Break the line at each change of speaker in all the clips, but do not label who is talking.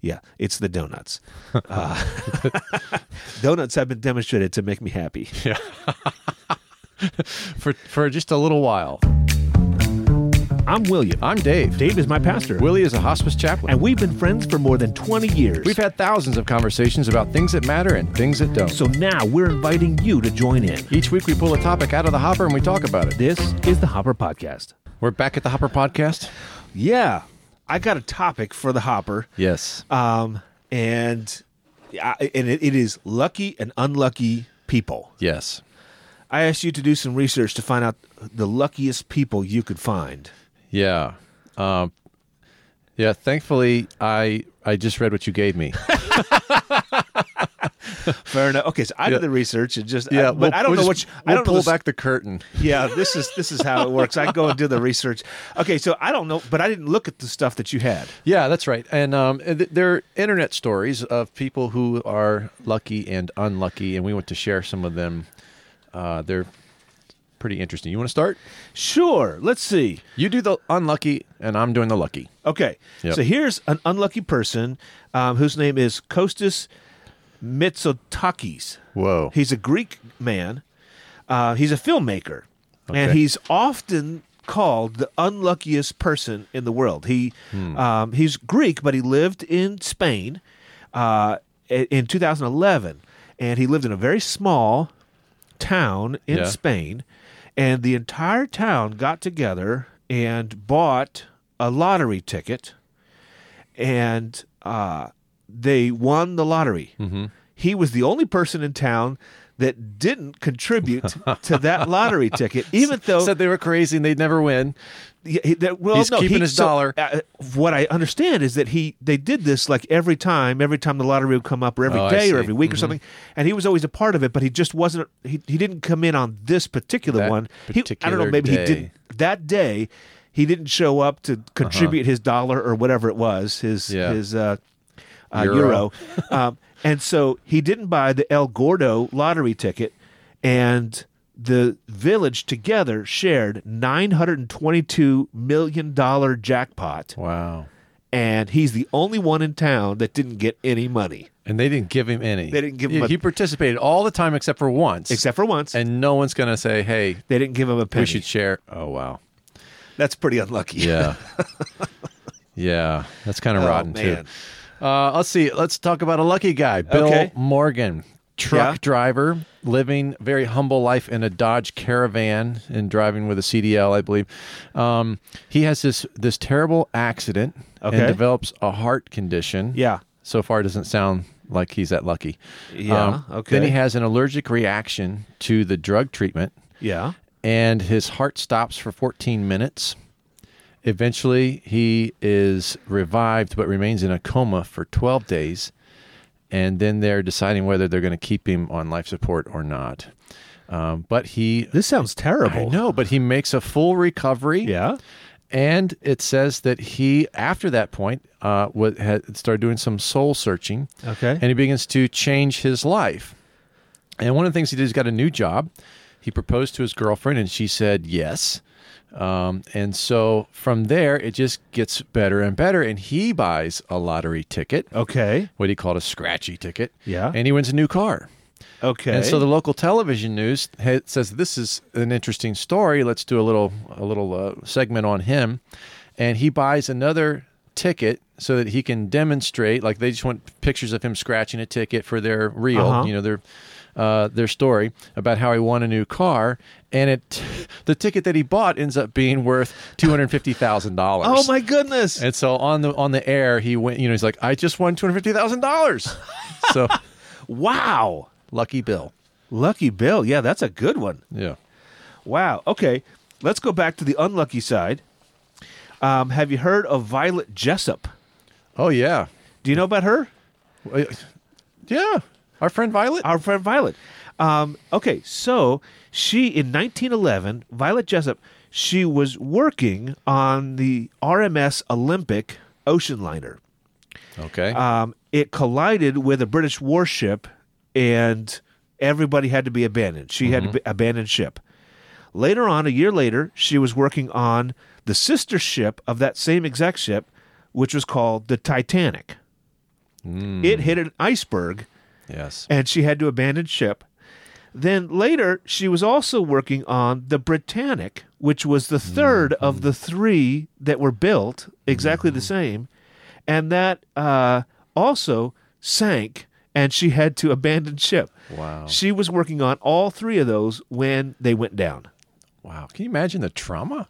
Yeah, it's the donuts. Uh, donuts have been demonstrated to make me happy.
for for just a little while.
I'm William.
I'm Dave.
Dave is my pastor.
Willie is a hospice chaplain.
And we've been friends for more than 20 years.
We've had thousands of conversations about things that matter and things that don't.
so now we're inviting you to join in.
Each week we pull a topic out of the hopper and we talk about it.
This is the Hopper Podcast.
We're back at the Hopper Podcast.
Yeah, I got a topic for the Hopper.
Yes.
Um, and I, and it, it is lucky and unlucky people.
yes.
I asked you to do some research to find out the luckiest people you could find.
Yeah. Um, yeah. Thankfully, I I just read what you gave me.
Fair enough. Okay, so I did the research and just I,
Yeah.
but I don't know what you, I
we'll
don't
pull
know the
back the curtain.
Yeah, this is this is how it works. I go and do the research. Okay, so I don't know, but I didn't look at the stuff that you had.
Yeah, that's right. And um, th- they're internet stories of people who are lucky and unlucky, and we want to share some of them. Uh, they're pretty interesting. You want to start?
Sure, let's see.
You do the unlucky, and I'm doing the lucky.
Okay,
Yep.
so here's an unlucky person um, whose name is Kostas Mitsotakis.
Whoa.
He's a Greek man. Uh, he's a filmmaker, and
Okay.
he's often called the unluckiest person in the world. He
Hmm.
um, he's Greek, but he lived in Spain uh, i- in 2011, and he lived in a very small town in
Yeah.
Spain, and the entire town got together and bought a lottery ticket, and uh, they won the lottery. He was the only person in town that didn't contribute to that lottery ticket, even though
Said they were crazy and they'd never win.
yeah, he- that- well,
He's
no,
keeping
he-
his
so,
dollar.
uh, what I understand is that he they did this like every time, every time the lottery would come up, or every
Oh, I
day, or
see.
every week, or something. And he was always a part of it, but he just wasn't. He, he didn't come in on this particular
That
one. he, I don't
particular
know. Maybe
day. Uh-huh.
he didn't that day. He didn't show up to contribute his dollar or whatever it was, his
Yeah.
his uh, uh,
Euro.
euro. um, and so he didn't buy the El Gordo lottery ticket, and the village together shared nine hundred and twenty-two million dollar jackpot,
Wow.
and he's the only one in town that didn't get any money
And they didn't give him any.
They didn't give
He-
him a-
He participated all the time except for once.
except for once.
And no one's going to say, hey,
they didn't give him a penny.
we should share. Oh, wow.
That's pretty unlucky.
Yeah. yeah. That's kind of
Oh,
rotten,
man.
too. Uh, let's see. Let's talk about a lucky guy, Bill
Okay.
Morgan. Truck
Yeah.
driver, living very humble life in a Dodge Caravan and driving with a CDL, I believe. Um, he has this this terrible accident and
Okay.
develops a heart condition.
Yeah.
So far, it doesn't sound like he's that lucky. Um,
Yeah, okay.
Then he has an allergic reaction to the drug treatment
Yeah.
and his heart stops for 14 minutes. Eventually, he is revived but remains in a coma for 12 days. And then they're deciding whether they're going to keep him on life support or not. Um, but he,
This sounds terrible.
I know, but he makes a full recovery.
Yeah.
And it says that he, after that point, uh, wa- had started doing some soul searching.
Okay.
And he begins to change his life. And one of the things he did is got a new job. He proposed to his girlfriend, and she said yes. Um, and so from there, it just gets better and better. And he buys a lottery ticket,
Okay.
what he called a scratchy ticket.
Yeah.
And he wins a new car.
Okay.
And so the local television news ha- says this is an interesting story. Let's do a little a little uh, segment on him, and he buys another ticket so that he can demonstrate. Like they just want pictures of him scratching a ticket for their reel,
Uh-huh.
you know their uh, their story about how he won a new car, and it the ticket that he bought ends up being worth two hundred fifty thousand dollars.
oh my goodness.
And so on the on the air, he went. You know, he's like, I just won two hundred fifty thousand dollars. so
wow.
lucky Bill.
Lucky Bill. Yeah, that's a good one.
Yeah.
Wow. Okay. Let's go back to the unlucky side. Um, have you heard of Violet Jessup?
Oh yeah.
Do you know about her?
Uh, Yeah, our friend Violet.
Our friend Violet. Um, okay. So she, in 1911, Violet Jessup, she was working on the RMS Olympic ocean liner.
Okay.
Um, it collided with a British warship, and everybody had to be abandoned. She had to be abandon ship. Later on, a year later, she was working on the sister ship of that same exact ship, which was called the Titanic. It hit an iceberg
Yes.
and she had to abandon ship. Then later, she was also working on the Britannic, which was the 3rd
Mm-hmm.
of the three that were built, exactly the same. And that uh, also sank, and she had to abandon ship.
Wow.
She was working on all three of those when they went down.
Wow. Can you imagine the trauma?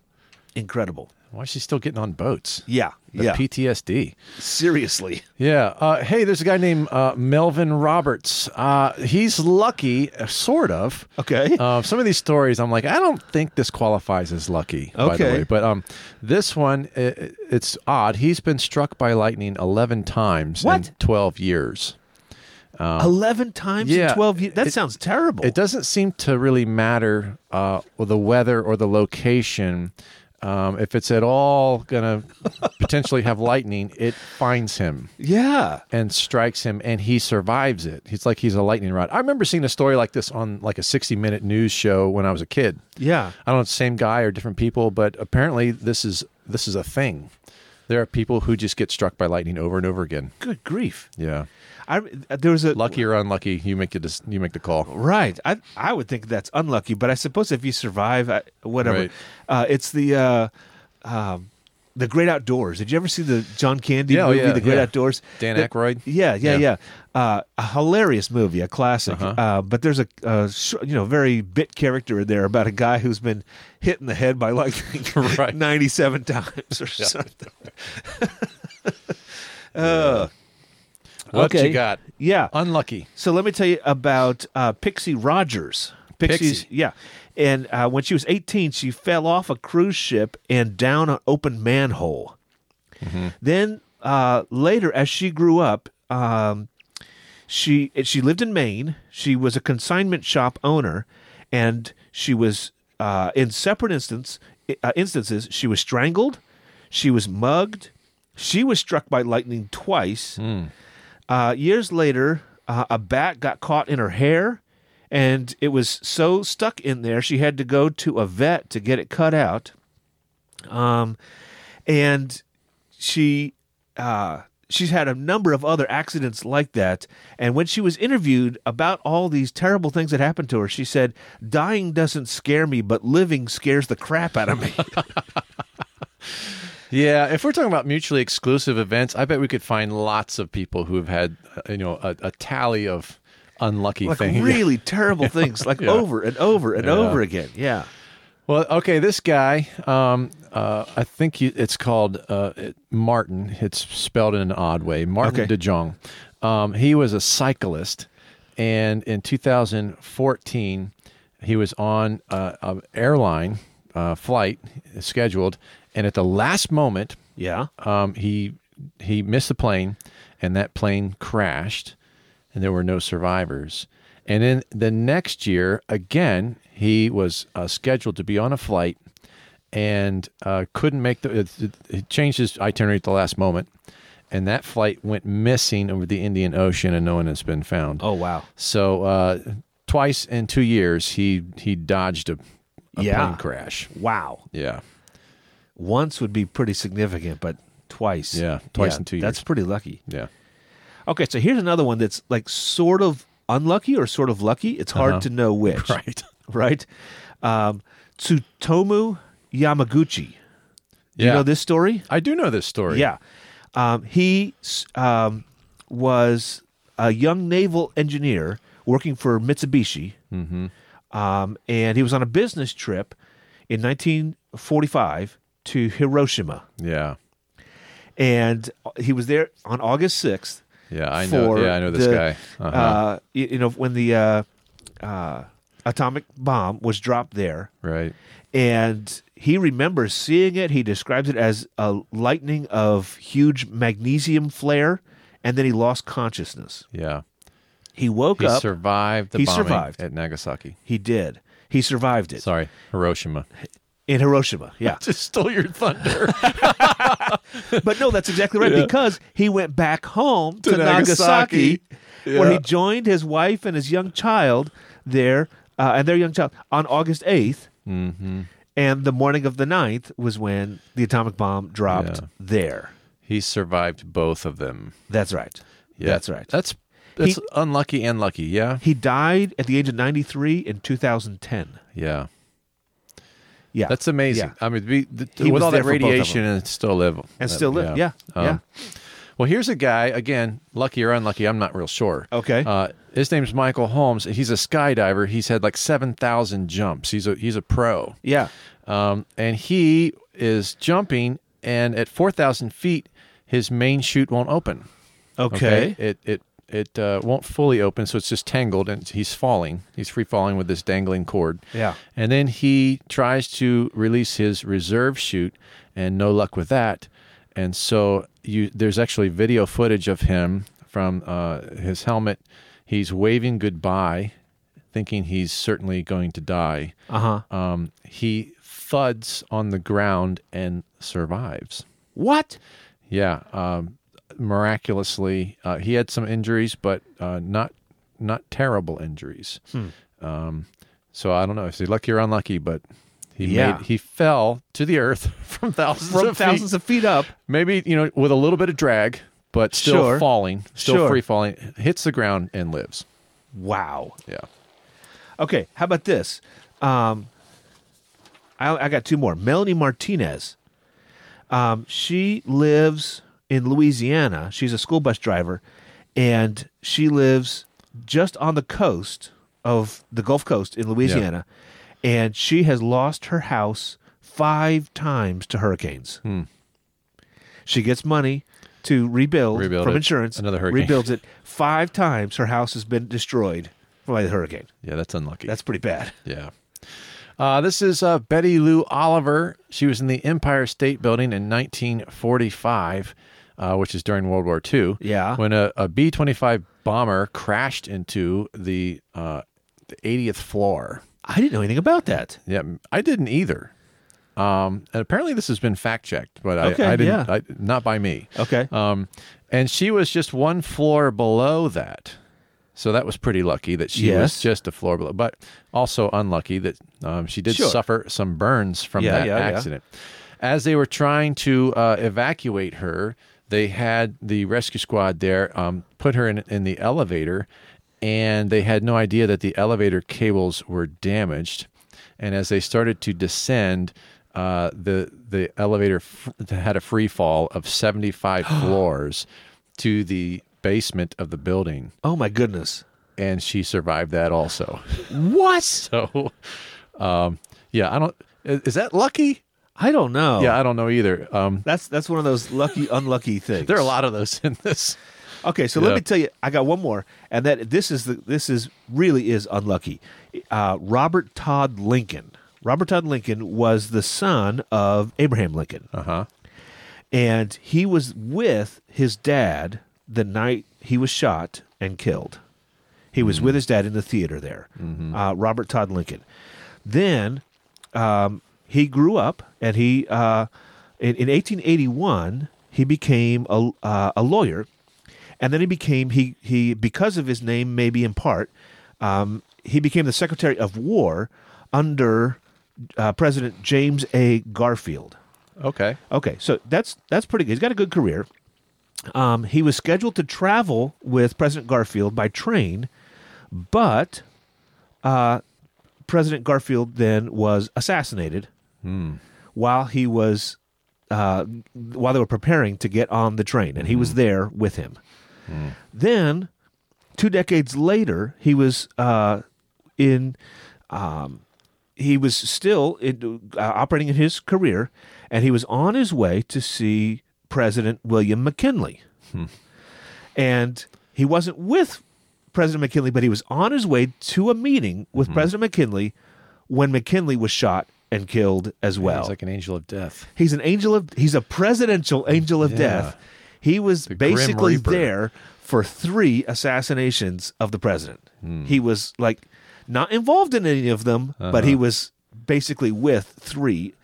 Incredible.
Why is she still getting on boats?
Yeah.
The
yeah.
PTSD.
Seriously.
Yeah. Uh, hey, there's a guy named uh, Melvin Roberts. Uh, he's lucky, uh, sort of.
Okay.
Uh, some of these stories, I'm like, I don't think this qualifies as lucky, by the
Okay.
way. But um, this one, i i- it's odd. He's been struck by lightning 11 times
What?
in 12 years.
11 times
yeah,
in 12 years. That
it-
sounds terrible.
It doesn't seem to really matter uh, or the weather or the location. Um, if it's at all going to potentially have lightning, it finds him.
yeah.
and strikes him and he survives it. He's like he's a lightning rod. I remember seeing a story like this on like a 60 minute news show when I was a kid.
Yeah.
I don't know, if it's the same guy or different people, but apparently this is this is a thing. There are people who just get struck by lightning over and over again.
Good grief.
Yeah.
I, there was a
Lucky or unlucky, you make the dis- you make the call.
Right. I I would think that's unlucky, but I suppose if you survive, I- whatever.
Right.
Uh, it's the uh, um, the Great Outdoors. Did you ever see the John Candy
Yeah, oh,
movie,
yeah,
The Great
yeah.
Outdoors?
Dan
The-
Aykroyd?
Yeah, yeah,
Yeah. Uh-huh.
yeah. Uh, a hilarious movie, a classic. uh but there's a, a sh- you know very bit character in there about a guy who's been hit in the head by lightning
Right.
97 times or something. uh,
What
okay.
you got?
Yeah.
Unlucky.
So let me tell you about uh, Pixie Rogers. Pixie's,
Pixie.
yeah. And uh, when she was 18, she fell off a cruise ship and down an open manhole. Then uh, later, as she grew up, um, she she lived in Maine. She was a consignment shop owner, and she was uh, in separate instance uh, instances she was strangled, she was mugged, she was struck by lightning twice. Uh, years later, uh, a bat got caught in her hair, and it was so stuck in there she had to go to a vet to get it cut out. Um, and she uh, she's had a number of other accidents like that. And when she was interviewed about all these terrible things that happened to her, she said, "Dying doesn't scare me, but living scares the crap out of me."
Yeah, if we're talking about mutually exclusive events, I bet we could find lots of people who have had uh, you know a, a tally of unlucky
like
things.
really terrible things, like over and over and over again. Yeah.
Well, okay, this guy, um, uh, I think you, it's called uh, it- Martin. It's spelled in an odd way. Martin
Okay.
De DeJong. Um, he was a cyclist, and in 2014, he was on uh, an airline uh, flight scheduled, and at the last moment,
Yeah.
um, he he missed the plane, and that plane crashed, and there were no survivors. And then the next year, again, he was uh, scheduled to be on a flight, and uh, couldn't make the. It, it, he changed his itinerary at the last moment, and that flight went missing over the Indian Ocean, and no one has been found.
Oh wow.
So uh, twice in two years, he he dodged a, a
Yeah.
plane crash.
Wow.
Yeah.
Once would be pretty significant, but twice.
Yeah, twice in two
That's
years.
pretty lucky.
Yeah.
Okay, so here's another one that's like sort of unlucky or sort of lucky. It's hard to know which.
Uh-huh. Right.
Right? Um, Tsutomu Yamaguchi. Do
Yeah.
you know this story?
I do know this story.
Yeah. Um, he s- um, was a young naval engineer working for Mitsubishi. Mm-hmm. Um, and he was on a business trip in 1945 to Hiroshima.
Yeah.
and he was there on August 6th.
Yeah, I know-
for
yeah, I know this
the,
guy. Uh-huh.
uh, you, you know, when the uh, uh, atomic bomb was dropped there,
Right.
and he remembers seeing it. He describes it as a lightning of huge magnesium flare, and then he lost consciousness.
Yeah.
He woke
He
up.
survived the
He
bombing
survived.
at Nagasaki.
he did. He survived it
Sorry, Hiroshima.
in Hiroshima. Yeah.
Just stole your thunder.
But no, that's exactly right because he went back home to, Nagasaki,
Nagasaki. Yeah.
where he joined his wife and his young child there uh, and their young child on August 8th. Mm-hmm. And the morning of the 9th was when the atomic bomb dropped
Yeah.
there.
he survived both of them.
That's right.
Yeah.
That's right.
That's that's
He-
unlucky and lucky. Yeah.
He died at the age of 93 in 2010.
Yeah.
Yeah.
That's amazing. I mean, we, th-
He
with
was
all
there
that
for both of
radiation and still live. Um,
And still live. Yeah. Yeah.
Well, here's a guy, again, lucky or unlucky, I'm not real sure.
Okay.
Uh, his name's Michael Holmes. and He's a skydiver. He's had like 7,000 jumps. He's a, he's a pro.
yeah.
Um, and he is jumping, and at 4,000 feet, his main chute won't open.
Okay.
It, it, it uh, won't fully open, so it's just tangled, and he's falling. He's free falling with this dangling cord.
Yeah.
And then he tries to release his reserve chute, and no luck with that. And so you, there's actually video footage of him from uh, his helmet. He's waving goodbye, thinking he's certainly going to die.
Uh huh.
Um, he thuds on the ground and survives.
What?
Yeah, um, miraculously, uh, he had some injuries, but uh, not not terrible injuries.
Hmm.
Um, so I don't know if he's lucky or unlucky, but he
Yeah.
made, he fell to the earth from thousands
From
of
thousands
feet.
of feet up.
maybe you know with a little bit of drag, but still
Sure.
falling, still
Sure.
free falling, hits the ground and lives.
Wow.
Yeah,
Okay. How about this? Um, I, I got two more. Melanie Martinez. Um, she lives in Louisiana. She's a school bus driver, and she lives just on the coast of the Gulf Coast in Louisiana. And she has lost her house five times to hurricanes.
Hmm.
She gets money to rebuild,
Rebuild
from
it.
insurance.
Another hurricane.
rebuilds it five times. Her house has been destroyed by the hurricane.
yeah, that's unlucky.
That's pretty bad.
Yeah. Uh, this is uh, Betty Lou Oliver. She was in the Empire State Building in 1945, uh, which is during World War II.
Yeah.
When a, a B 25 bomber crashed into the, uh, the 80th floor.
I didn't know anything about that.
Yeah, I didn't either. Um, and apparently, this has been fact checked, but
Okay,
I, I didn't.
yeah.
I, not by me.
Okay.
Um, and she was just one floor below that. So that was pretty lucky that she
Yes.
was just a floor below, but also unlucky that um, she did
Sure.
suffer some burns from
Yeah,
that
yeah, yeah.
accident. As they were trying to uh, evacuate her, they had the rescue squad there um, put her in, in the elevator, and they had no idea that the elevator cables were damaged. And as they started to descend, uh, the the elevator f- had a free fall of 75 floors to the basement of the building,
oh my goodness.
and she survived that also.
What?
So, um, yeah, I don't. i- Is that lucky?
I don't know.
Yeah, I don't know either. Um,
That's that's one of those lucky unlucky things.
there are a lot of those in this.
Okay, so
Yeah.
let me tell you, I got one more, and that this is the this is really is unlucky. Uh, Robert Todd Lincoln. Robert Todd Lincoln was the son of Abraham Lincoln,
Uh huh.
and he was with his dad the night he was shot and killed. He was with his dad in the theater there. Uh, Robert Todd Lincoln. Then um, he grew up, and he uh, in, in 1881 he became a, uh, a lawyer, and then he became he he because of his name, maybe in part, um, he became the Secretary of War under uh, President James A. Garfield.
Okay.
Okay, so that's that's pretty good. He's got a good career. Um, he was scheduled to travel with President Garfield by train, but uh, President Garfield then was assassinated while he was uh, while they were preparing to get on the train, and he was there with him. Then, two decades later, he was uh, in um, he was still in, uh, operating in his career, and he was on his way to see President William McKinley. And he wasn't with President McKinley, but he was on his way to a meeting with President McKinley when McKinley was shot and killed as well.
He's like an angel of death.
He's an angel of he's a presidential angel of
Yeah.
death. He was
Grim
basically
Reaper.
there for three assassinations of the president.
Hmm.
He was like not involved in any of them, but
Uh-huh.
he was basically with three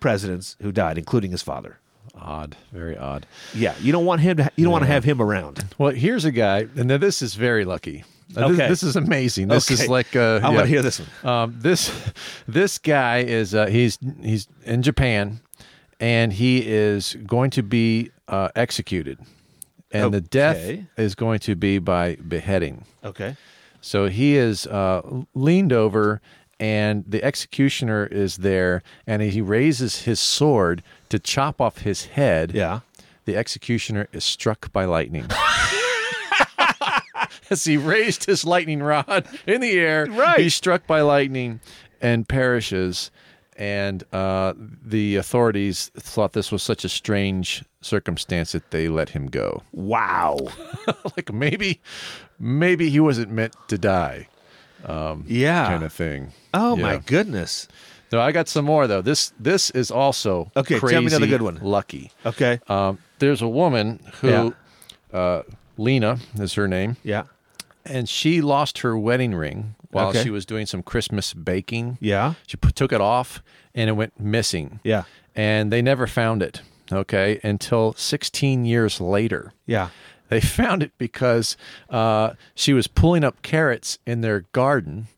presidents who died, including his father.
Odd. Very odd.
Yeah, you don't want him to. You don't want to have him around.
Well, here's a guy, and now this is very lucky. Uh,
Okay.
This, this is amazing. This
Okay.
is like uh,
I
yeah.
wanna hear this one.
Um, this this guy is uh, he's he's in Japan, and he is going to be uh, executed and the death
Okay.
is going to be by beheading.
Okay.
So he is uh, leaned over, and the executioner is there, and he raises his sword to chop off his head.
Yeah.
The executioner is struck by lightning. As he raised his lightning rod in the air,
Right.
he's struck by lightning and perishes. And uh, the authorities thought this was such a strange circumstance that they let him go.
Wow.
like maybe, maybe he wasn't meant to die,
Yeah.
kind of thing.
Oh my
Yeah.
goodness.
No, I got some more Ah. though. This this is also
Okay, tell me another
crazy
good one.
Lucky.
Okay.
Um, there's a woman who, uh, Lena is her name,
Yeah.
and she lost her wedding ring while
Okay.
she was doing some Christmas baking.
Yeah.
She put, took it off and it went missing.
Yeah.
And they never found it, okay, until 16 years later.
Yeah.
They found it because uh, she was pulling up carrots in their garden,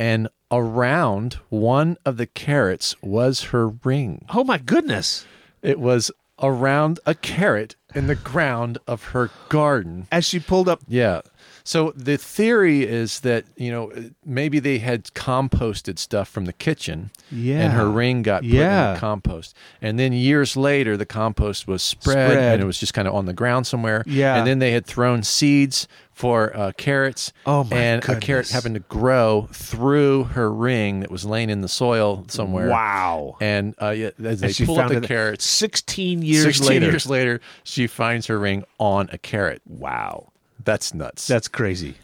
and around one of the carrots was her ring.
Oh my goodness.
It was around a carrot in the ground of her garden.
As she pulled up.
Yeah. So the theory is that, you know, maybe they had composted stuff from the kitchen.
Yeah.
And her ring got put in
Yeah.
the compost. And then years later, the compost was spread,
Spread.
and it was just kind of on the ground somewhere.
Yeah.
And then they had thrown seeds for uh, carrots.
Oh, my
And a carrot
goodness.
happened to grow through her ring that was laying in the soil somewhere.
Wow.
And uh, yeah, as they
And she
pull up
found
the
it
carrots.
16 years
16
later.
years later, she finds her ring on a carrot.
Wow.
That's nuts.
That's crazy.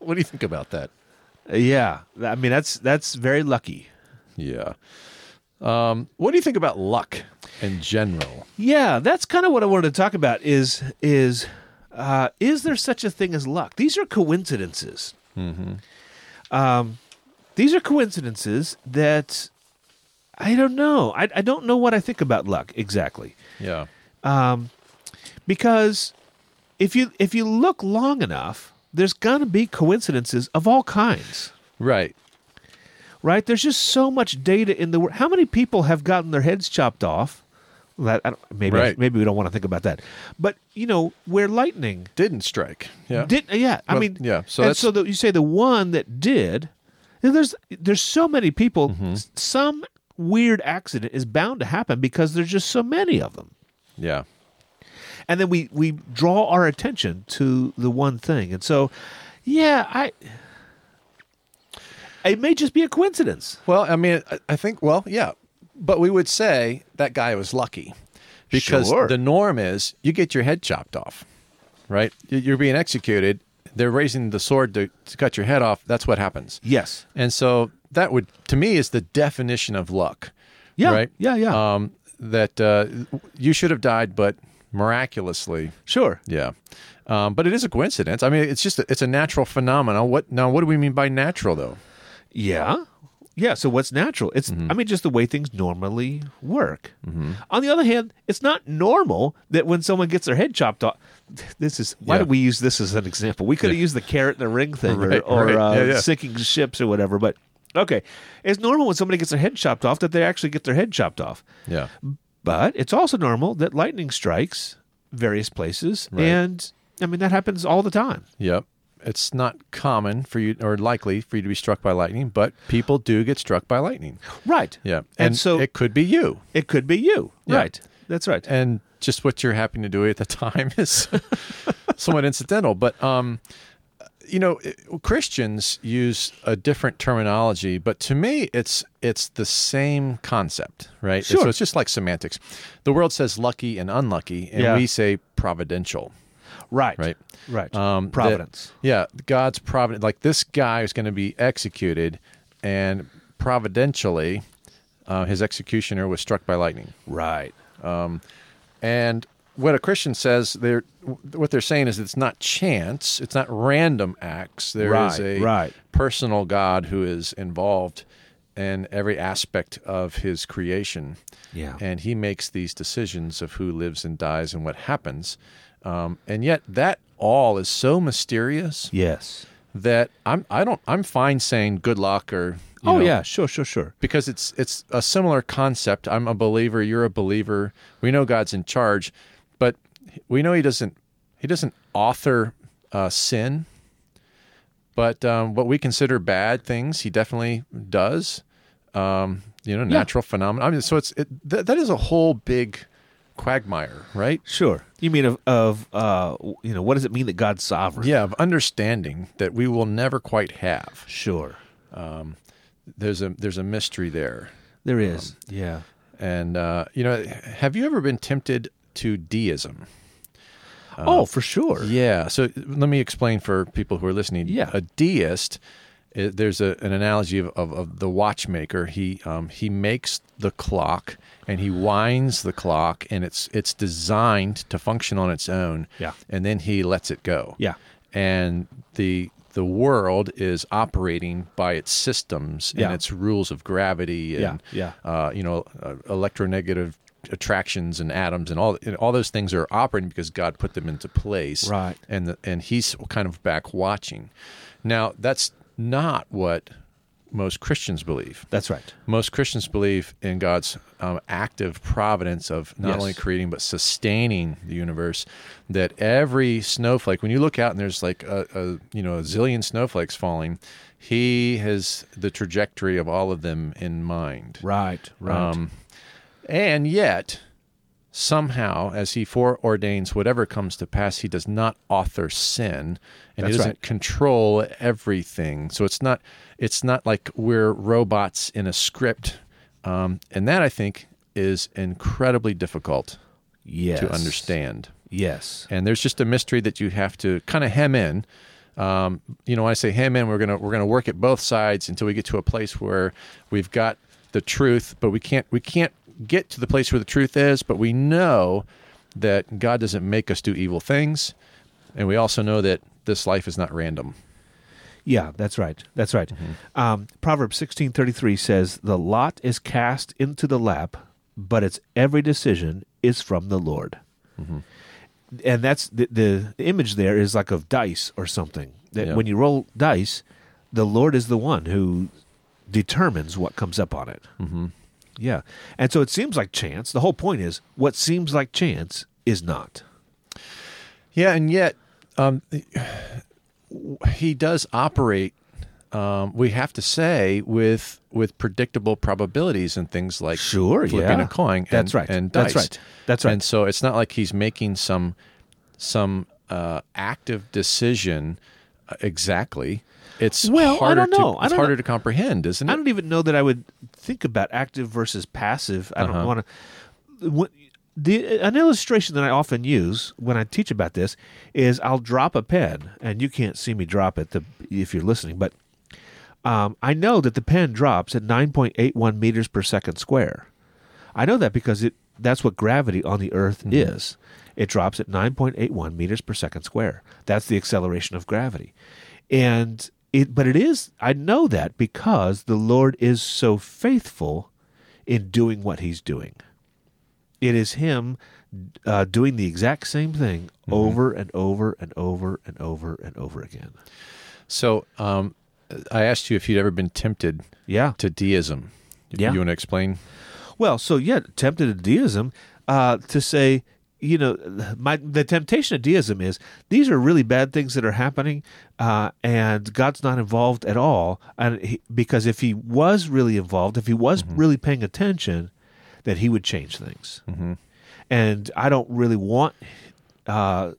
What do you think about that?
yeah. I mean that's that's very lucky.
Yeah. Um, what do you think about luck in general?
Yeah, that's kind of what I wanted to talk about is is uh, is there such a thing as luck? These are coincidences. Mm-hmm. Um, these are coincidences that I don't know. I, I don't know what I think about luck exactly
Yeah.
um, because if you if you look long enough, there's gonna be coincidences of all kinds,
Right.
right? There's just so much data in the world. How many people have gotten their heads chopped off? That I don't, maybe
Right.
maybe we don't want to think about that, but you know where lightning
Didn't strike. Yeah.
did, yeah. I
Well,
mean,
yeah, so
and
that's-
so the, you say the one that did. and There's there's so many people.
Mm-hmm.
s- Some weird accident is bound to happen because there's just so many of them.
yeah.
and then we we draw our attention to the one thing and so yeah i it may just be a coincidence
Well, I mean, I, I think, well, yeah. But we would say that guy was lucky because
Sure.
the norm is you get your head chopped off, right? You- You're being executed. They're raising the sword to, to cut your head off. That's what happens.
yes
And so that would, to me, is the definition of luck.
Yeah,
Right.
yeah, yeah.
Um, that uh, you should have died, but miraculously,
sure
yeah. Um, but it is a coincidence. I mean, it's just a, it's a natural phenomenon. What now? What do we mean by natural, though?
yeah yeah so what's natural it's
Mm-hmm.
i mean just the way things normally work on the other hand it's not normal that when someone gets their head chopped off this is why
Yeah.
did we use this as an example we could have used the carrot and the ring thing
Right,
or, or
right.
Uh,
Yeah, yeah.
sinking ships or whatever but okay it's normal when somebody gets their head chopped off that they actually get their head chopped off
Yeah.
But it's also normal that lightning strikes various places.
Right.
And I mean, that happens all the time.
Yep. It's not common for you or likely for you to be struck by lightning, but people do get struck by lightning.
Right.
Yeah. And,
And, so it,
it could be you.
could be you.
Yeah.
Right. That's right.
and just what you're happening to do at the time is somewhat incidental. But um, you know, it- Christians use a different terminology, but to me, it's it's the same concept, right?
Sure.
So it's just like semantics. The world says lucky and unlucky, and
Yeah.
we say providential.
right.
right.
Right.
Um, that-
Providence.
yeah, God's providence. Like this guy is going to be executed, and providentially, uh, his executioner was struck by lightning.
right.
And what a Christian says, they're what they're saying is it's not chance, it's not random acts. There
Right,
is a
right.
personal God who is involved in every aspect of His creation,
Yeah.
and He makes these decisions of who lives and dies and what happens. Um, and yet, that all is so mysterious
yes.
that I'm I don't I'm fine saying good luck or you
oh,
know,
yeah. Sure, sure, sure.
because it's it's a similar concept. I'm a believer, you're a believer. We know God's in charge, but we know he doesn't he doesn't author uh, sin, but um, what we consider bad things, he definitely does. Um, you know, natural phenomena. I mean, so it's it, th- that is a whole big quagmire, right?
Sure. You mean of, of uh, you know, what does it mean that God's sovereign?
Yeah, of understanding that we will never quite have.
Sure.
There's a there's a mystery there,
There is. Um, yeah.
and uh, you know, have you ever been tempted to deism?
oh, for sure.
Yeah. So let me explain for people who are listening.
Yeah.
A deist, uh, there's a, an analogy of, of, of the watchmaker. He um, he makes the clock and he winds the clock, and it's it's designed to function on its own.
Yeah.
And then he lets it go.
Yeah.
And the the world is operating by its systems
Yeah.
and its rules of gravity
Yeah,
and
yeah.
uh, you know, uh, electronegative attractions and atoms and all and all those things are operating because God put them into place.
Right.
And the, and he's kind of back watching. Now, that's not what most Christians believe.
That's right.
Most Christians believe in God's um, active providence of not
Yes.
only creating but sustaining the universe. That every snowflake, when you look out and there's like a, a you know a zillion snowflakes falling, He has the trajectory of all of them in mind.
Right. Right.
Um, and yet, somehow, as he foreordains whatever comes to pass, he does not author sin, and he
That's
doesn't
right.
control everything. So it's not it's not like we're robots in a script, um, and that I think is incredibly difficult
yes.
to understand.
Yes.
And there's just a mystery that you have to kind of hem in. Um, you know, when I say hem in, we're gonna we're gonna work at both sides until we get to a place where we've got the truth, but we can't we can't get to the place where the truth is. But we know that God doesn't make us do evil things, and we also know that this life is not random.
Yeah, that's right. That's right. Um, Proverbs sixteen thirty three says, "The lot is cast into the lap, but its every decision is from the Lord." And that's the, the image there is like of dice or something. That
Yeah.
when you roll dice, the Lord is the one who determines what comes up on it. Mm-hmm. Yeah, and so it seems like chance. The whole point is, what seems like chance is not.
Yeah, and yet um, he does operate. Um, we have to say with with predictable probabilities and things like
Sure,
flipping
yeah.
a coin. And,
That's right.
And
That's
dice.
right. That's right.
And so it's not like he's making some some uh, active decision uh, exactly. It's
Well, I
harder
don't know.
To,
I
it's
don't
harder
know.
to comprehend, isn't
I
it?
don't even know that I would think about active versus passive. I
Uh-huh.
don't want to. The an illustration that I often use when I teach about this is I'll drop a pen, and you can't see me drop it the, if you're listening, but um, I know that the pen drops at 9.81 meters per second square. I know that because it that's what gravity on the Earth is. It drops at 9.81 meters per second square. That's the acceleration of gravity. And it but it is I know that because the Lord is so faithful in doing what he's doing. It is him uh, doing the exact same thing over and over and over and over and over again.
So um, I asked you if you'd ever been tempted
Yeah.
to deism.
Yeah.
You want to explain?
Well, so yeah, tempted to deism uh, to say, you know, my the temptation of deism is these are really bad things that are happening, uh, and God's not involved at all. And he, because if He was really involved, if He was really paying attention, that He would change things. And I don't really want. Uh,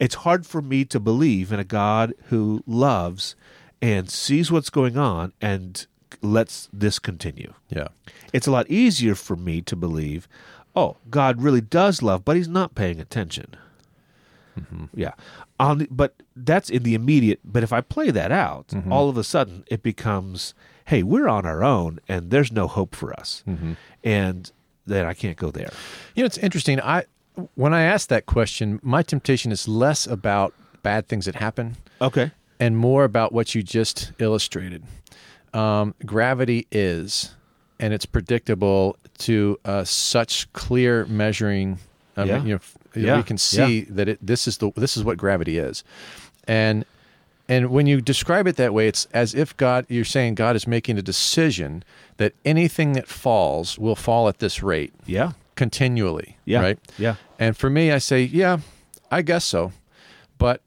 it's hard for me to believe in a God who loves and sees what's going on and lets this continue
Yeah.
it's a lot easier for me to believe, oh, God really does love, but He's not paying attention. Yeah, on the, but that's in the immediate. But if I play that out, all of a sudden it becomes, hey, we're on our own, and there's no hope for us, and then I can't go there.
You know, it's interesting. I when I ask that question, my temptation is less about bad things that happen
Okay.
and more about what you just illustrated. Um, gravity is, and it's predictable to uh, such clear measuring. I
Yeah.
mean, you know, f-
Yeah.
we can see that it, this is the this is what gravity is, and and when you describe it that way, it's as if God you're saying God is making a decision that anything that falls will fall at this rate
Yeah.
continually.
Yeah.
Right.
Yeah.
And for me, I say, yeah, I guess so. But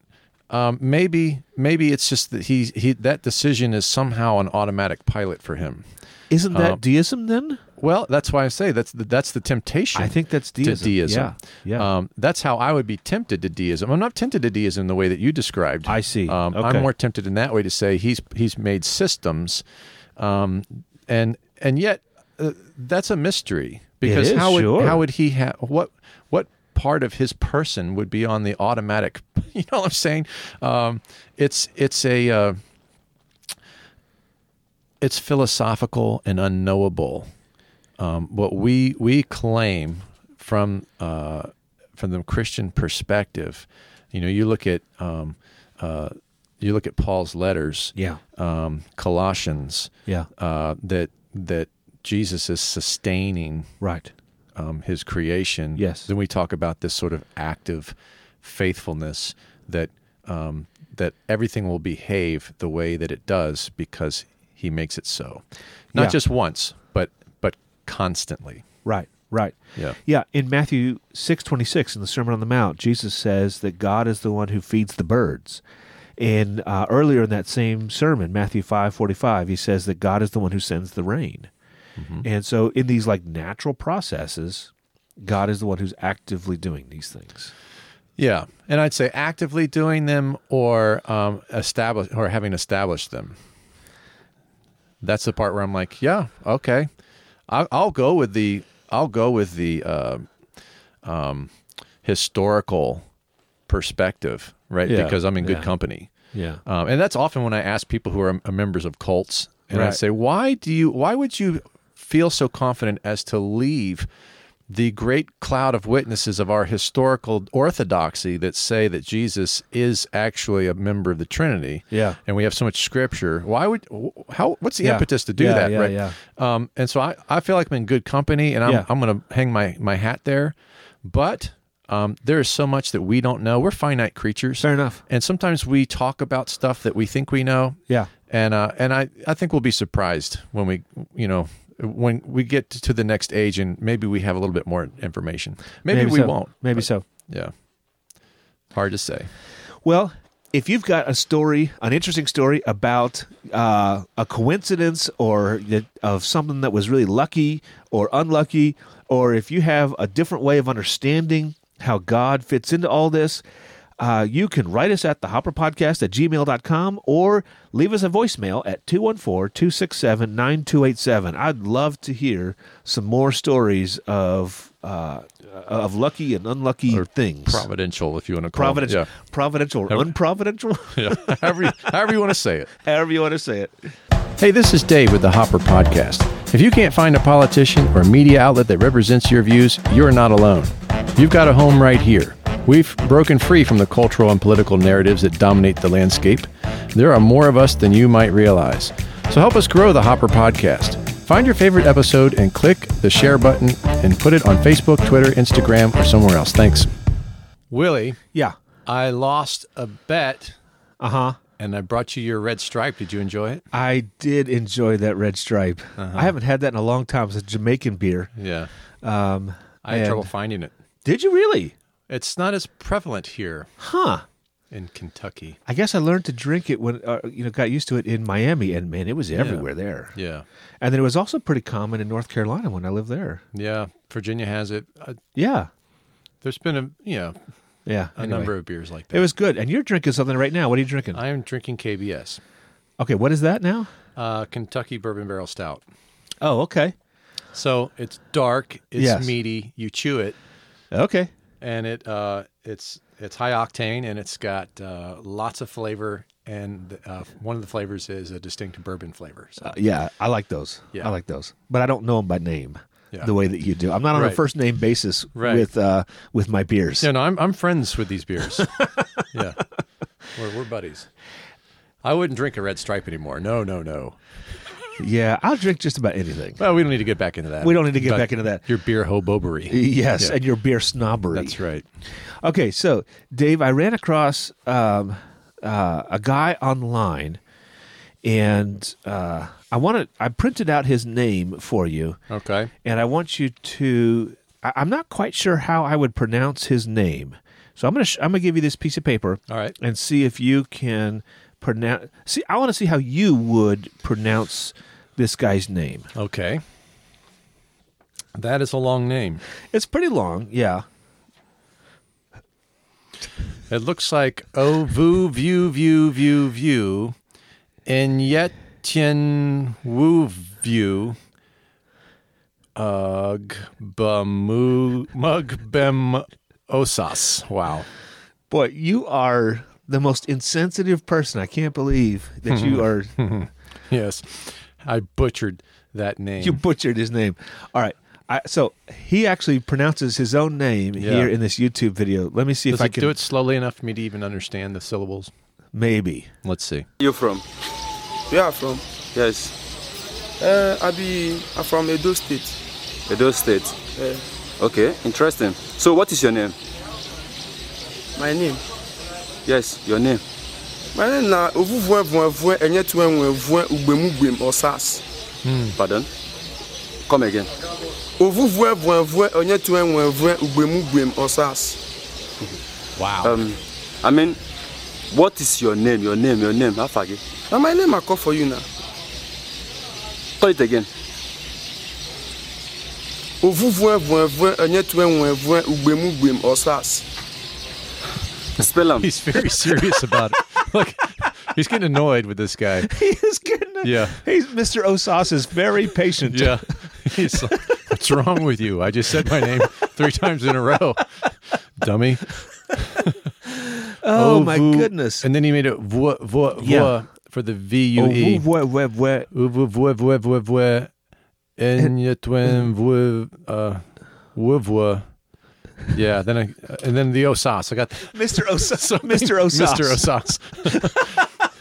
um, maybe maybe it's just that he, he that decision is somehow an automatic pilot for him.
Isn't that deism then?
Well, that's why I say that's the, that's the temptation.
I think that's
to
deism.
deism.
Yeah. yeah.
Um, that's how I would be tempted to deism. I'm not tempted to deism the way that you described.
I see.
Um,
Okay.
I'm more tempted in that way to say he's he's made systems, um, and and yet uh, that's a mystery because
is,
how would
sure.
how would he have what what part of his person would be on the automatic? You know what I'm saying? Um, it's it's a uh, it's philosophical and unknowable. Um, what we we claim from uh, from the Christian perspective, you know, you look at um, uh, you look at Paul's letters,
yeah.
um, Colossians,
Yeah.
uh, that that Jesus is sustaining
Right.
um, his creation.
Yes.
Then we talk about this sort of active faithfulness that um, that everything will behave the way that it does because he makes it so, not
Yeah.
just once, but but constantly.
Right. Right.
Yeah.
Yeah, in Matthew 6:26 in the Sermon on the Mount, Jesus says that God is the one who feeds the birds. In uh, earlier in that same sermon, Matthew 5:45, he says that God is the one who sends the rain.
Mm-hmm.
And so in these like natural processes, God is the one who's actively doing these things.
Yeah, and I'd say actively doing them or um, establish or having established them. That's the part where I'm like, yeah, okay, I'll, I'll go with the I'll go with the uh, um, historical perspective, right?
Yeah,
Because I'm in good
yeah.
company,
Yeah.
um, and that's often when I ask people who are, are members of cults, and I
Right.
say, why do you? Why would you feel so confident as to leave? the great cloud of witnesses of our historical orthodoxy that say that Jesus is actually a member of the Trinity.
Yeah.
And we have so much scripture. Why would, how, what's the
Yeah.
impetus to do
Yeah,
that?
yeah,
right.
yeah.
Um, and so I, I feel like I'm in good company and I'm,
Yeah.
I'm going to hang my, my hat there. But um, there is so much that we don't know. We're finite creatures.
Fair enough.
And sometimes we talk about stuff that we think we know.
Yeah.
And uh, and I, I think we'll be surprised when we you know when we get to the next age and maybe we have a little bit more information. Maybe, we
so.
won't.
Maybe so.
Yeah. Hard to say.
Well, if you've got a story, an interesting story about uh, a coincidence or that of something that was really lucky or unlucky, or if you have a different way of understanding how God fits into all this, uh, you can write us at thehopperpodcast at gmail.com or leave us a voicemail at 214 267 9287. I'd love to hear some more stories of uh, of lucky and unlucky things.
Providential, if you want to call
Providential,
it.
providential, or unprovidential,
Yeah. yeah. however, you, however you want to say it.
however you want to say it.
Hey, this is Dave with the Hopper Podcast. If you can't find a politician or media outlet that represents your views, you're not alone. You've got a home right here. We've broken free from the cultural and political narratives that dominate the landscape. There are more of us than you might realize. So help us grow the Hopper Podcast. Find your favorite episode and click the share button and put it on Facebook, Twitter, Instagram, or somewhere else. Thanks. Willie,
Yeah.
I lost a bet
Uh huh.
and I brought you your red stripe. Did you enjoy it?
I did enjoy that red stripe. I haven't had that in a long time. It's a Jamaican beer.
Yeah.
Um,
I had
and-
trouble finding it.
Did you really?
It's not as prevalent here
Huh.
in Kentucky.
I guess I learned to drink it when uh, you know got used to it in Miami, and man, it was everywhere there.
Yeah.
And then it was also pretty common in North Carolina when I lived there.
Yeah. Virginia has it. Uh,
Yeah.
there's been a, you know,
Yeah.
a
Anyway,
number of beers like that.
It was good. And you're drinking something right now. What are you drinking?
I am drinking KBS,
okay. What is that now?
uh, Kentucky Bourbon Barrel Stout.
Oh, okay.
So it's dark, it's
Yes.
meaty, you chew it,
Okay.
and it uh, it's it's high octane and it's got uh, lots of flavor. And uh, one of the flavors is a distinct bourbon flavor. So,
Uh, yeah, I like those.
Yeah.
I like those, but I don't know them by name
Yeah.
the way that you do. I'm not on a
Right.
first name basis
Right.
with uh, with my beers.
Yeah, no, I'm I'm friends with these beers. yeah, we're we're buddies. I wouldn't drink a red stripe anymore. No, no, no.
Yeah, I'll drink just about anything.
Well, we don't need to get back into that.
We don't need to get back into that.
Your beer hobobery.
Yes,
Yeah.
and your beer snobbery.
That's right.
Okay, so Dave, I ran across um, uh, a guy online, and uh, I wanted I printed out his name for you,
Okay.
and I want you to. I, I'm not quite sure how I would pronounce his name, So I'm gonna sh- I'm gonna give you this piece of paper
All right.
and see if you can pronounce. See, I want to see how you would pronounce this guy's name.
Okay. That is a long name.
It's pretty long. Yeah.
It looks like O Vu View View View View and Yet Tien Wu View Ug Bamu Mug Bem Osas. Wow.
Boy, you are the most insensitive person. I can't believe that you are.
Yes. I butchered that name.
you butchered his name. All right. I, so he actually pronounces his own name
Yeah.
here in this YouTube video. Let me see
Does
if I
it
can.
do it slowly enough for me to even understand the syllables?
Maybe.
Let's see.
you from?
Where are from?
Yes,
Uh, I be I'm from Edo State.
Edo State.
Uh,
Okay, interesting. So, what is your name?
my name.
Yes, your name.
My name na Ovuvuevuevue Enyetuenwevue Ugbemugwem Osas.
Pardon? Come again.
Ovuvuevuevue Enyetuenwevue Ugbemugwem Osas.
Wow.
Um, I mean, what is your name? Your name, your name. I forget.
Na my name I call for you now.
Call it again.
Ovuvuevuevue Enyetuenwevue Ugbemugwem Osas.
Spell them.
He's very serious about it. Look, he's getting annoyed with this guy.
He is getting.
Yeah.
He's Mr. Osas is very patient.
Yeah. He's like, What's wrong with you? I just said my name three times in a row. Dummy.
Oh, my
vu-
goodness.
And then he made it vu, vu, vu
Yeah. Oh,
for the V U E.
Ovuvuevuevuevuevuevuevuevuevuevuevuevuevuevuevuevuevuevuevuevuevuevuevuevuevuevuevuevuevuevuevuevuevuevuevuevuevu
uh,
Yeah, then I,
uh,
and then the Osas. I got Mr. Osas. Mr. Osas.
Mr. Osas.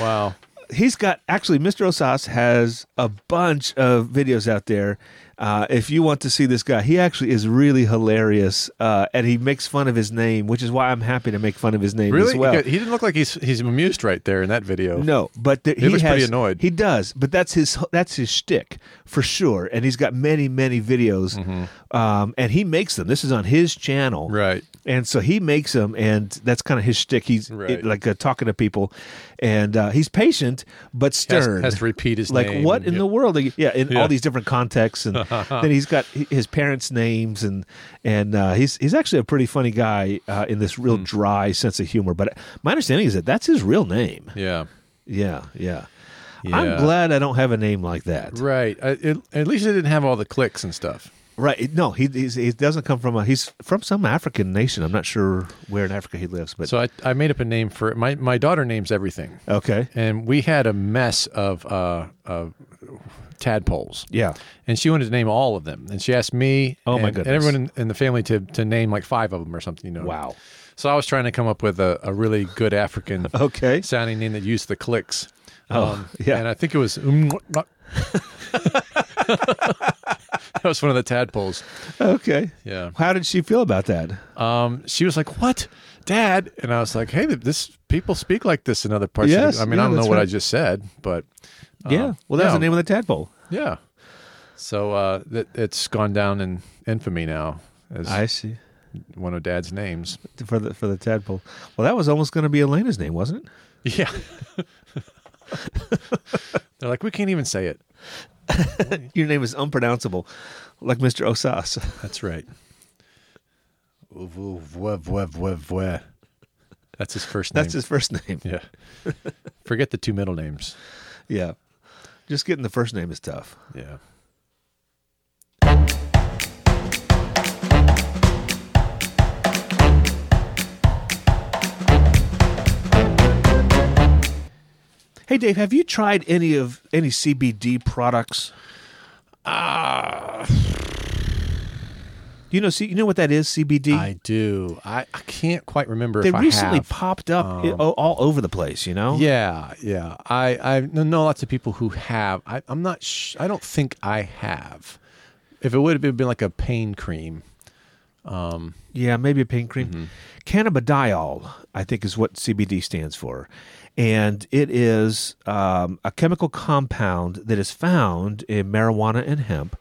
wow.
He's got actually. Mr. Osas has a bunch of videos out there. Uh, if you want to see this guy, he actually is really hilarious, uh, and he makes fun of his name, which is why I'm happy to make fun of his name
Really?
as well.
He didn't look like he's he's amused right there in that video.
No, but there, he,
looks
has,
pretty annoyed.
He does, but that's his that's his shtick for sure, and he's got many many videos, um, and he makes them. This is on his channel,
Mm-hmm. Right.
And so he makes them, and that's kind of his shtick. He's
Right.
it- like uh, talking to people, and uh, he's patient but
Has,
stern.
has to repeat his
like
name.
what in
Yeah.
the world? Like, Yeah, in
Yeah.
all these different contexts, and then he's got hi- his parents' names, and and uh, he's he's actually a pretty funny guy uh, in this
Hmm.
real dry sense of humor. But my understanding is that that's his real name.
Yeah.
Yeah, yeah.
Yeah.
I'm glad I don't have a name like that. Right.
Right. I, it, at least it didn't have all the clicks and stuff.
No, he he's, he doesn't come from a. He's from some African nation. I'm not sure where in Africa he lives, but
So I, I made up a name for it. My, my daughter names everything.
okay.
And we had a mess of uh, uh, tadpoles.
Yeah.
And she wanted to name all of them. And she asked me
Oh,
and,
my
and
goodness.
everyone in, in the family to, to name like five of them or something, you know.
Wow.
So I was trying to come up with a, a really good African
Okay.
sounding name that used the clicks. Um,
Oh, yeah.
And I think it was. um, that was one of the tadpoles.
Okay.
Yeah.
How did she feel about that?
Um, she was like, "What, Dad?" And I was like, "Hey, th- this people speak like this in other parts." of
Yes,
the, I mean,
yeah,
I don't know
that's
what I
right.
just said, but
yeah. Well, that's
yeah.
the name of the tadpole.
yeah. So uh, that it's gone down in infamy now as
see.
one of Dad's names.
For the for the tadpole. Well, that was almost going to be Elena's name, wasn't it?
Yeah. They're like, we can't even say it.
Your name is unpronounceable, like Mr. Osas.
That's right. That's his first name.
That's his first name.
yeah. Forget the two middle names.
yeah. Just getting the first name is tough.
Yeah.
Hey, Dave, have you tried any of any CBD products?
Ah,
You know, see, you know what that is, CBD.
I do. I, I can't quite remember
they
if I
recently
have. Um,
popped up i- o- all over the place. You know,
Yeah, yeah. I I know lots of people who have. I, I'm not. Sh- I don't think I have. If it would have been like a pain cream.
yeah, maybe a pain cream,
Mm-hmm.
cannabidiol. I think is what CBD stands for, and it is um, a chemical compound that is found in marijuana and hemp,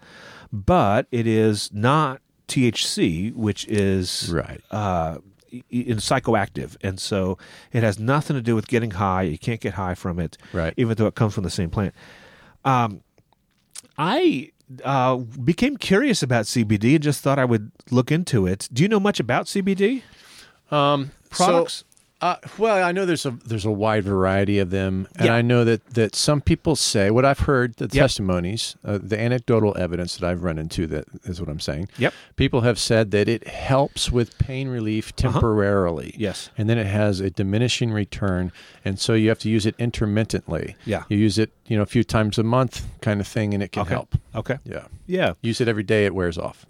but it is not THC, which is
Right.
uh, i- in psychoactive, and so it has nothing to do with getting high. You can't get high from it,
Right.
Even though it comes from the same plant. Um, I uh, became curious about CBD and just thought I would look into it. Do you know much about CBD products?
Um, So, uh, well, I know there's a there's a wide variety of them, and I know that that some people say what I've heard the testimonies, uh, the anecdotal evidence that I've run into that is what I'm saying.
Yep.
people have said that it helps with pain relief temporarily.
Uh-huh. Yes.
and then it has a diminishing return, and so you have to use it intermittently.
Yeah.
you use it you know a few times a month kind of thing, and it can
okay.
help.
Okay.
Yeah,
Yeah.
use it every day; it wears off.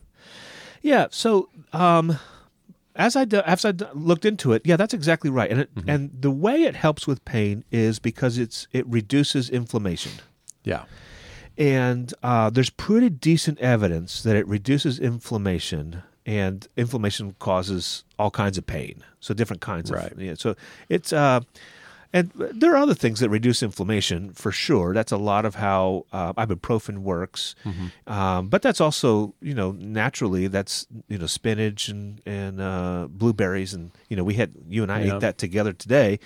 Yeah. So, um, as I do, as I d- looked into it, yeah, that's exactly right. And it,
Mm-hmm.
and the way it helps with pain is because it's it reduces inflammation,
Yeah,
and uh, there's pretty decent evidence that it reduces inflammation, and inflammation causes all kinds of pain. So different kinds
Right.
of yeah. So it's. Uh, and there are other things that reduce inflammation for sure. That's a lot of how uh, ibuprofen works,
Mm-hmm.
um, but that's also you know naturally that's you know spinach and and uh, blueberries and you know we had you and I
Yeah.
ate that together today.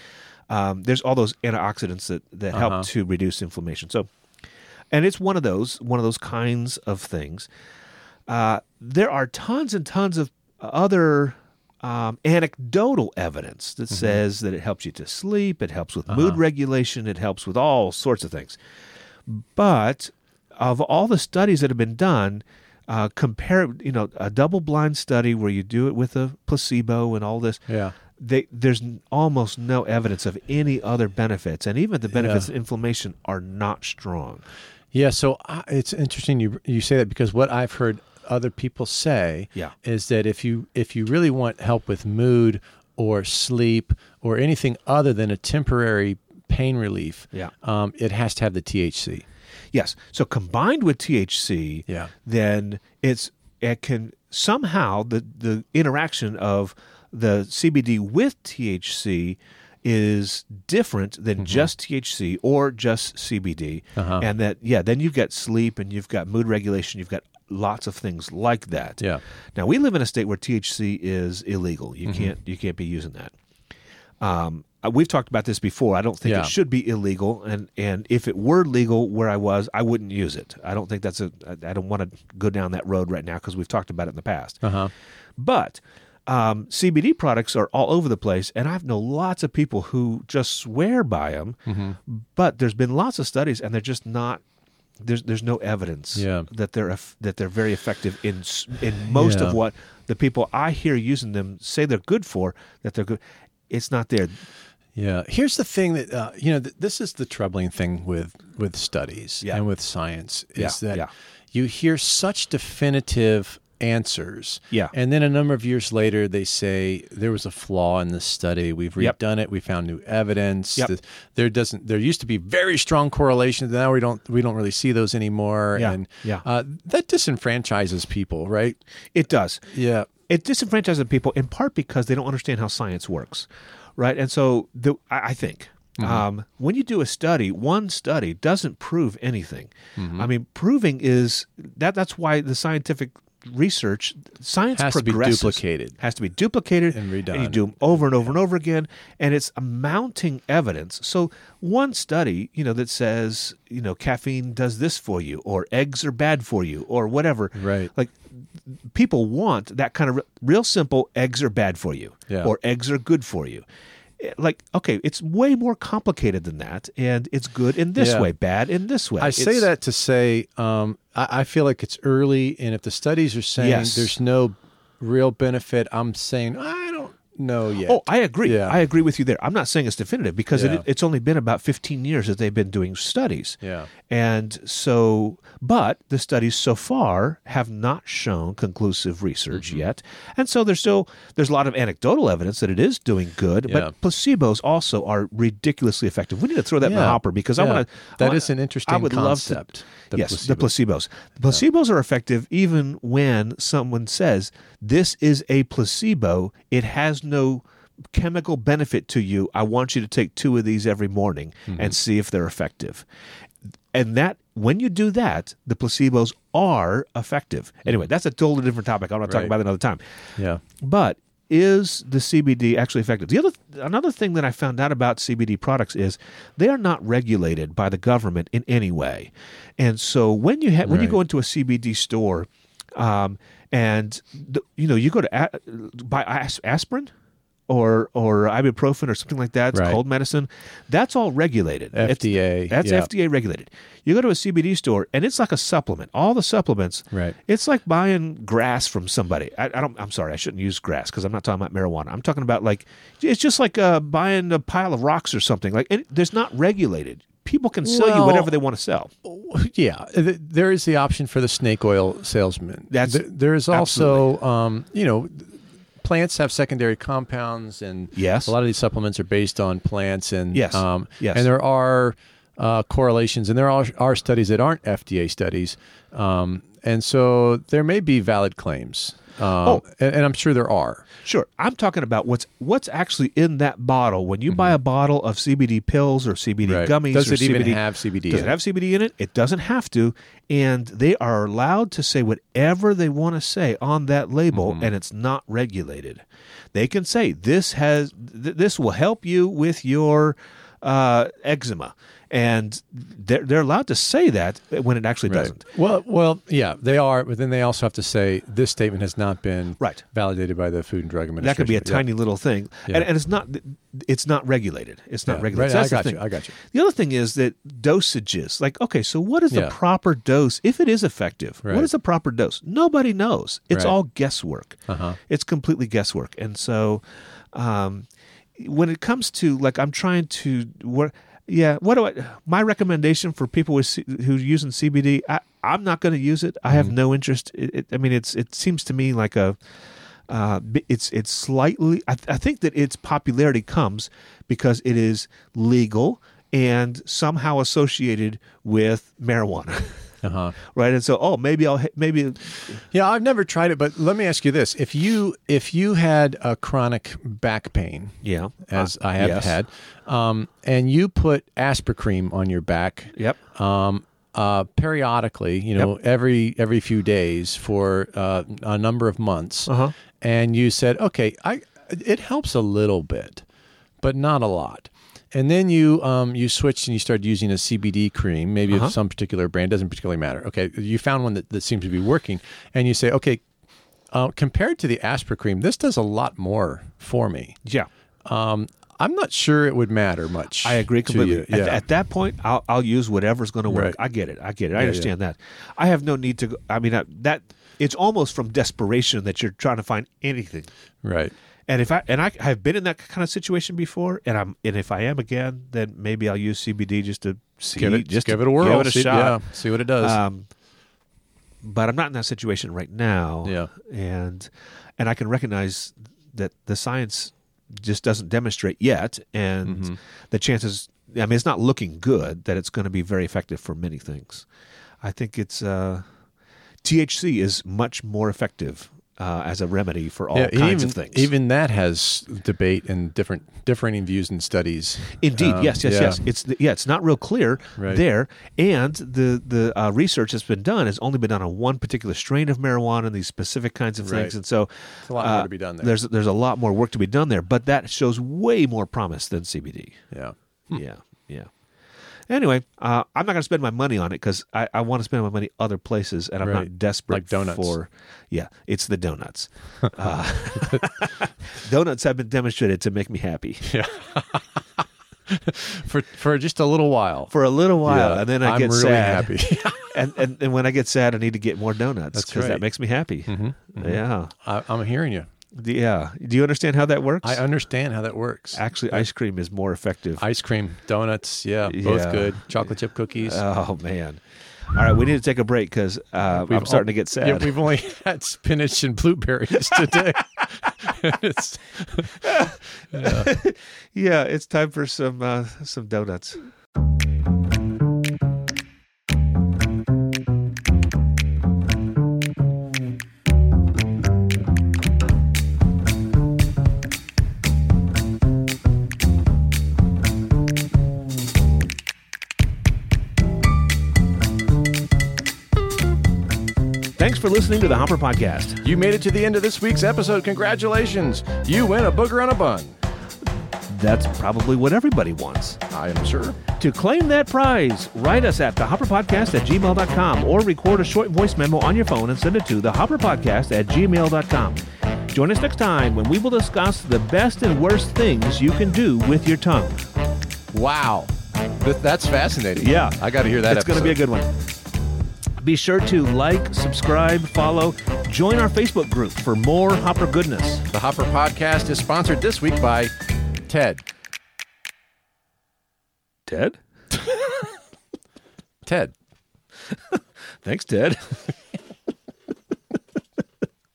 Um, there's all those antioxidants that that
Uh-huh.
help to reduce inflammation. So, and it's one of those one of those kinds of things. Uh, there are tons and tons of other um, anecdotal evidence that says that it helps you to sleep, it helps with mood regulation, it helps with all sorts of things. But of all the studies that have been done, uh, compare you know a double-blind study where you do it with a placebo and all this.
Yeah.
They, there's n- almost no evidence of any other benefits, and even the benefits of inflammation are not strong.
Yeah, so I, it's interesting you you say that because what I've heard other people say
Yeah.
is that if you if you really want help with mood or sleep or anything other than a temporary pain relief,
Yeah.
um, it has to have the THC.
Yes. So combined with THC,
Yeah.
then it's it can somehow the the interaction of the CBD with THC is different
Mm-hmm.
than just THC or just CBD,
Uh-huh.
and that yeah, then you've got sleep and you've got mood regulation, you've got lots of things like that.
Yeah.
Now we live in a state where THC is illegal. You
Mm-hmm.
can't you can't be using that. Um, uh, we've talked about this before. I don't think
Yeah.
it should be illegal, and and if it were legal where I was, I wouldn't use it. I don't think that's a. I I don't want to go down that road right now because we've talked about it in the past. Uh-huh. But um, CBD products are all over the place, and I've known lots of people who just swear by them.
Mm-hmm.
But there's been lots of studies, and they're just not. There's there's no evidence
Yeah.
that they're eff- that they're very effective in s- in most
Yeah.
of what the people I hear using them say they're good for. That they're good. It's not there.
Yeah. Here's the thing that uh, you know. Th- this is the troubling thing with with studies
Yeah.
and with science is
Yeah,
that
yeah.
you hear such definitive answers.
Yeah.
And then a number of years later, they say there was a flaw in this study. We've
Yep.
redone it. We found new evidence.
Yep.
Th- There doesn't. There used to be very strong correlations. Now we don't. We don't really see those anymore.
Yeah,
And
yeah.
Uh, that disenfranchises people, right?
It does.
Yeah.
It disenfranchises people in part because they don't understand how science works, right? And so the, I, I think
Mm-hmm.
um, when you do a study, one study doesn't prove anything.
Mm-hmm.
I mean, proving is that. That's why the scientific research science
Has to be
progresses.
duplicated.
has to be duplicated
And
you
redone.
do them over and over and over again and it's mounting evidence so one study you know that says you know caffeine does this for you or eggs are bad for you or whatever
Right.
like people want that kind of re- real simple eggs are bad for you
Yeah.
or eggs are good for you Eh, like okay it's way more complicated than that and it's good in this
Yeah.
way bad in this way
I say
It's-
that to say um, I, I feel like it's early, and if the studies are saying
Yes.
there's no real benefit, I'm saying I don't know yet.
Oh, I agree.
Yeah.
I agree with you there. I'm not saying it's definitive because
Yeah.
it, it's only been about 15 years that they've been doing studies.
Yeah.
And so, but the studies so far have not shown conclusive research
Mm-hmm.
yet. And so there's still, there's a lot of anecdotal evidence that it is doing good,
Yeah.
but placebos also are ridiculously effective. We need to throw that in the
Yeah.
hopper because I
Yeah.
want to.
That is an interesting
I would Love
concept,
to,
the
yes, the placebos. The placebos are effective even when someone says, This is a placebo. It has no chemical benefit to you. I want you to take two of these every morning and see if they're effective. and that when you do that, the placebos are effective. Anyway, that's a totally different topic. I want to talk
Right.
about it another time.
Yeah.
But is the CBD actually effective? The other another thing that I found out about CBD products is they are not regulated by the government in any way, and so when you ha- when you
Right.
go into a CBD store, um, and the, you know you go to a- buy as- aspirin. Or, or ibuprofen or something like that. It's
Right.
cold medicine. That's all regulated. It's-
FDA,
that's
yeah.
FDA regulated. You go to a CBD store and it's like a supplement. All the supplements
Right.
it's like buying grass from somebody. I, I don't. I'm sorry. I shouldn't use grass because I'm not talking about marijuana. I'm talking about like it's just like uh, buying a pile of rocks or something. Like and there's not regulated. People can sell you
Well-
whatever they want to sell.
Yeah, th- there is the option for the snake oil salesman.
That's-
Th- there is also, um, you know, plants have secondary compounds, and
Yes.
a lot of these supplements are based on plants, and
Yes.
um,
Yes.
and there are uh, correlations, and there are, are studies that aren't FDA studies, um, and so there may be valid claims, um,
Oh.
and, and I'm sure there are.
Sure, I'm talking about what's what's actually in that bottle. When you buy a bottle of CBD pills or CBD
Mm-hmm. Right.
gummies,
Does
or
it even
CBD
have CBD
Does
in
it
it?
have CBD in it? It doesn't have to, and they are allowed to say whatever they want to say on that label,
Mm-hmm.
and it's not regulated. They can say this has th- this will help you with your uh, eczema, and they're they're allowed to say that when it actually doesn't.
Well, well, yeah, they are, but then they also have to say this statement has not been
Right.
validated by the Food and Drug
That
Administration.
could be a
Yeah.
tiny little thing, and, and it's not. It's not regulated. It's not
Yeah.
regulated.
Right,
So
I
that's the
got you.
thing.
I got you.
The other thing is that dosages. Like, okay, so what is the
Yeah.
proper dose if it is effective?
Right.
What is the proper dose? Nobody knows. It's
Right.
all guesswork.
Uh-huh.
It's completely guesswork. And so, um, when it comes to like, I'm trying to what. Yeah, what do I? My recommendation for people with C, who are using CBD, I, I'm not going to use it. I have
Mm-hmm.
no interest. It, it, I mean, it's it seems to me like a uh, b- it's it's slightly. I, th- I think that its popularity comes because it is legal and somehow associated with marijuana,
Uh-huh.
right? And so, oh, maybe I'll ha- maybe
Yeah, I've never tried it, but let me ask you this: if you if you had a chronic back pain,
yeah,
as
Uh,
I have
yes.
had, um, and you put Aspercream on your back,
Yep.
um, uh, periodically, you know, every every few days for uh, a number of months,
Uh-huh.
and you said, okay, I it helps a little bit, but not a lot. And then you um, you switched and you started using a CBD cream, maybe
Uh-huh.
of some particular brand, doesn't particularly matter. Okay, you found one that, that seems to be working, and you say, okay, uh, compared to the Asper cream, this does a lot more for me.
Yeah,
Um, I'm not sure it would matter much.
I agree
to
completely.
you.
At,
Yeah.
at that point, I'll, I'll use whatever's going to work.
Right.
I get it. I get it. I understand that. I have no need to. Go, I mean, I, that it's almost from desperation that you're trying to find anything.
right.
And if I and I have been in that kind of situation before, and I'm and if I am again, then maybe I'll use CBD just to see,
Give it,
just
just give it a whirl.
give it a
see,
shot.
Yeah, see what it does.
Um, but I'm not in that situation right now.
Yeah.
and and I can recognize that the science just doesn't demonstrate yet, and
Mm-hmm.
the chances. I mean, it's not looking good that it's going to be very effective for many things. I think it's uh, THC is much more effective uh, as a remedy for all
yeah, and
kinds
even,
of things.
Even that has debate and different differing views and studies.
Indeed,
Um,
yes, yes,
yeah.
yes. It's yeah, it's not real clear
Right.
there, and the the uh, research that's been done has only been done on one particular strain of marijuana and these specific kinds of
Right.
things, and so uh,
It's a lot more to be done there.
There's there's a lot more work to be done there, but that shows way more promise than CBD.
Yeah.
Yeah, yeah. Anyway, uh, I'm not going to spend my money on it because I, I want to spend my money other places, and I'm
Right.
not desperate
Like donuts.
for. Yeah, it's the donuts. uh, donuts have been demonstrated to make me happy.
For for just a little while.
for a little while,
Yeah,
and then I
I'm
get
really
sad.
happy.
and, and and when I get sad, I need to get more donuts
That's
because that
right. Mm-hmm,
makes me happy. Yeah,
I, I'm hearing you.
D- yeah. Do you understand how that works?
I understand how that works.
Actually, ice cream is more effective.
Ice cream, donuts, yeah, both
Yeah.
good. Chocolate chip cookies.
oh man! All right, we need to take a break because uh, I'm starting to get sad.
oh, Yeah, we've only had spinach and blueberries today. it's,
yeah, it's time for some uh, some donuts. Thanks for listening to the Humper Podcast.
You made it to the end of this week's episode. Congratulations. You win a booger and a bun.
That's probably what everybody wants.
I am sure.
To claim that prize, write us at thehopperpodcast at gmail.com or record a short voice memo on your phone and send it to thehopperpodcast at gmail.com. Join us next time when we will discuss the best and worst things you can do with your tongue.
Wow. Th- that's fascinating.
Yeah.
I got to hear that
It's going to be a good one. Be sure to like, subscribe, follow, join our Facebook group for more Hopper goodness.
The Hopper Podcast is sponsored this week by Ted.
Ted?
Ted.
Thanks, Ted.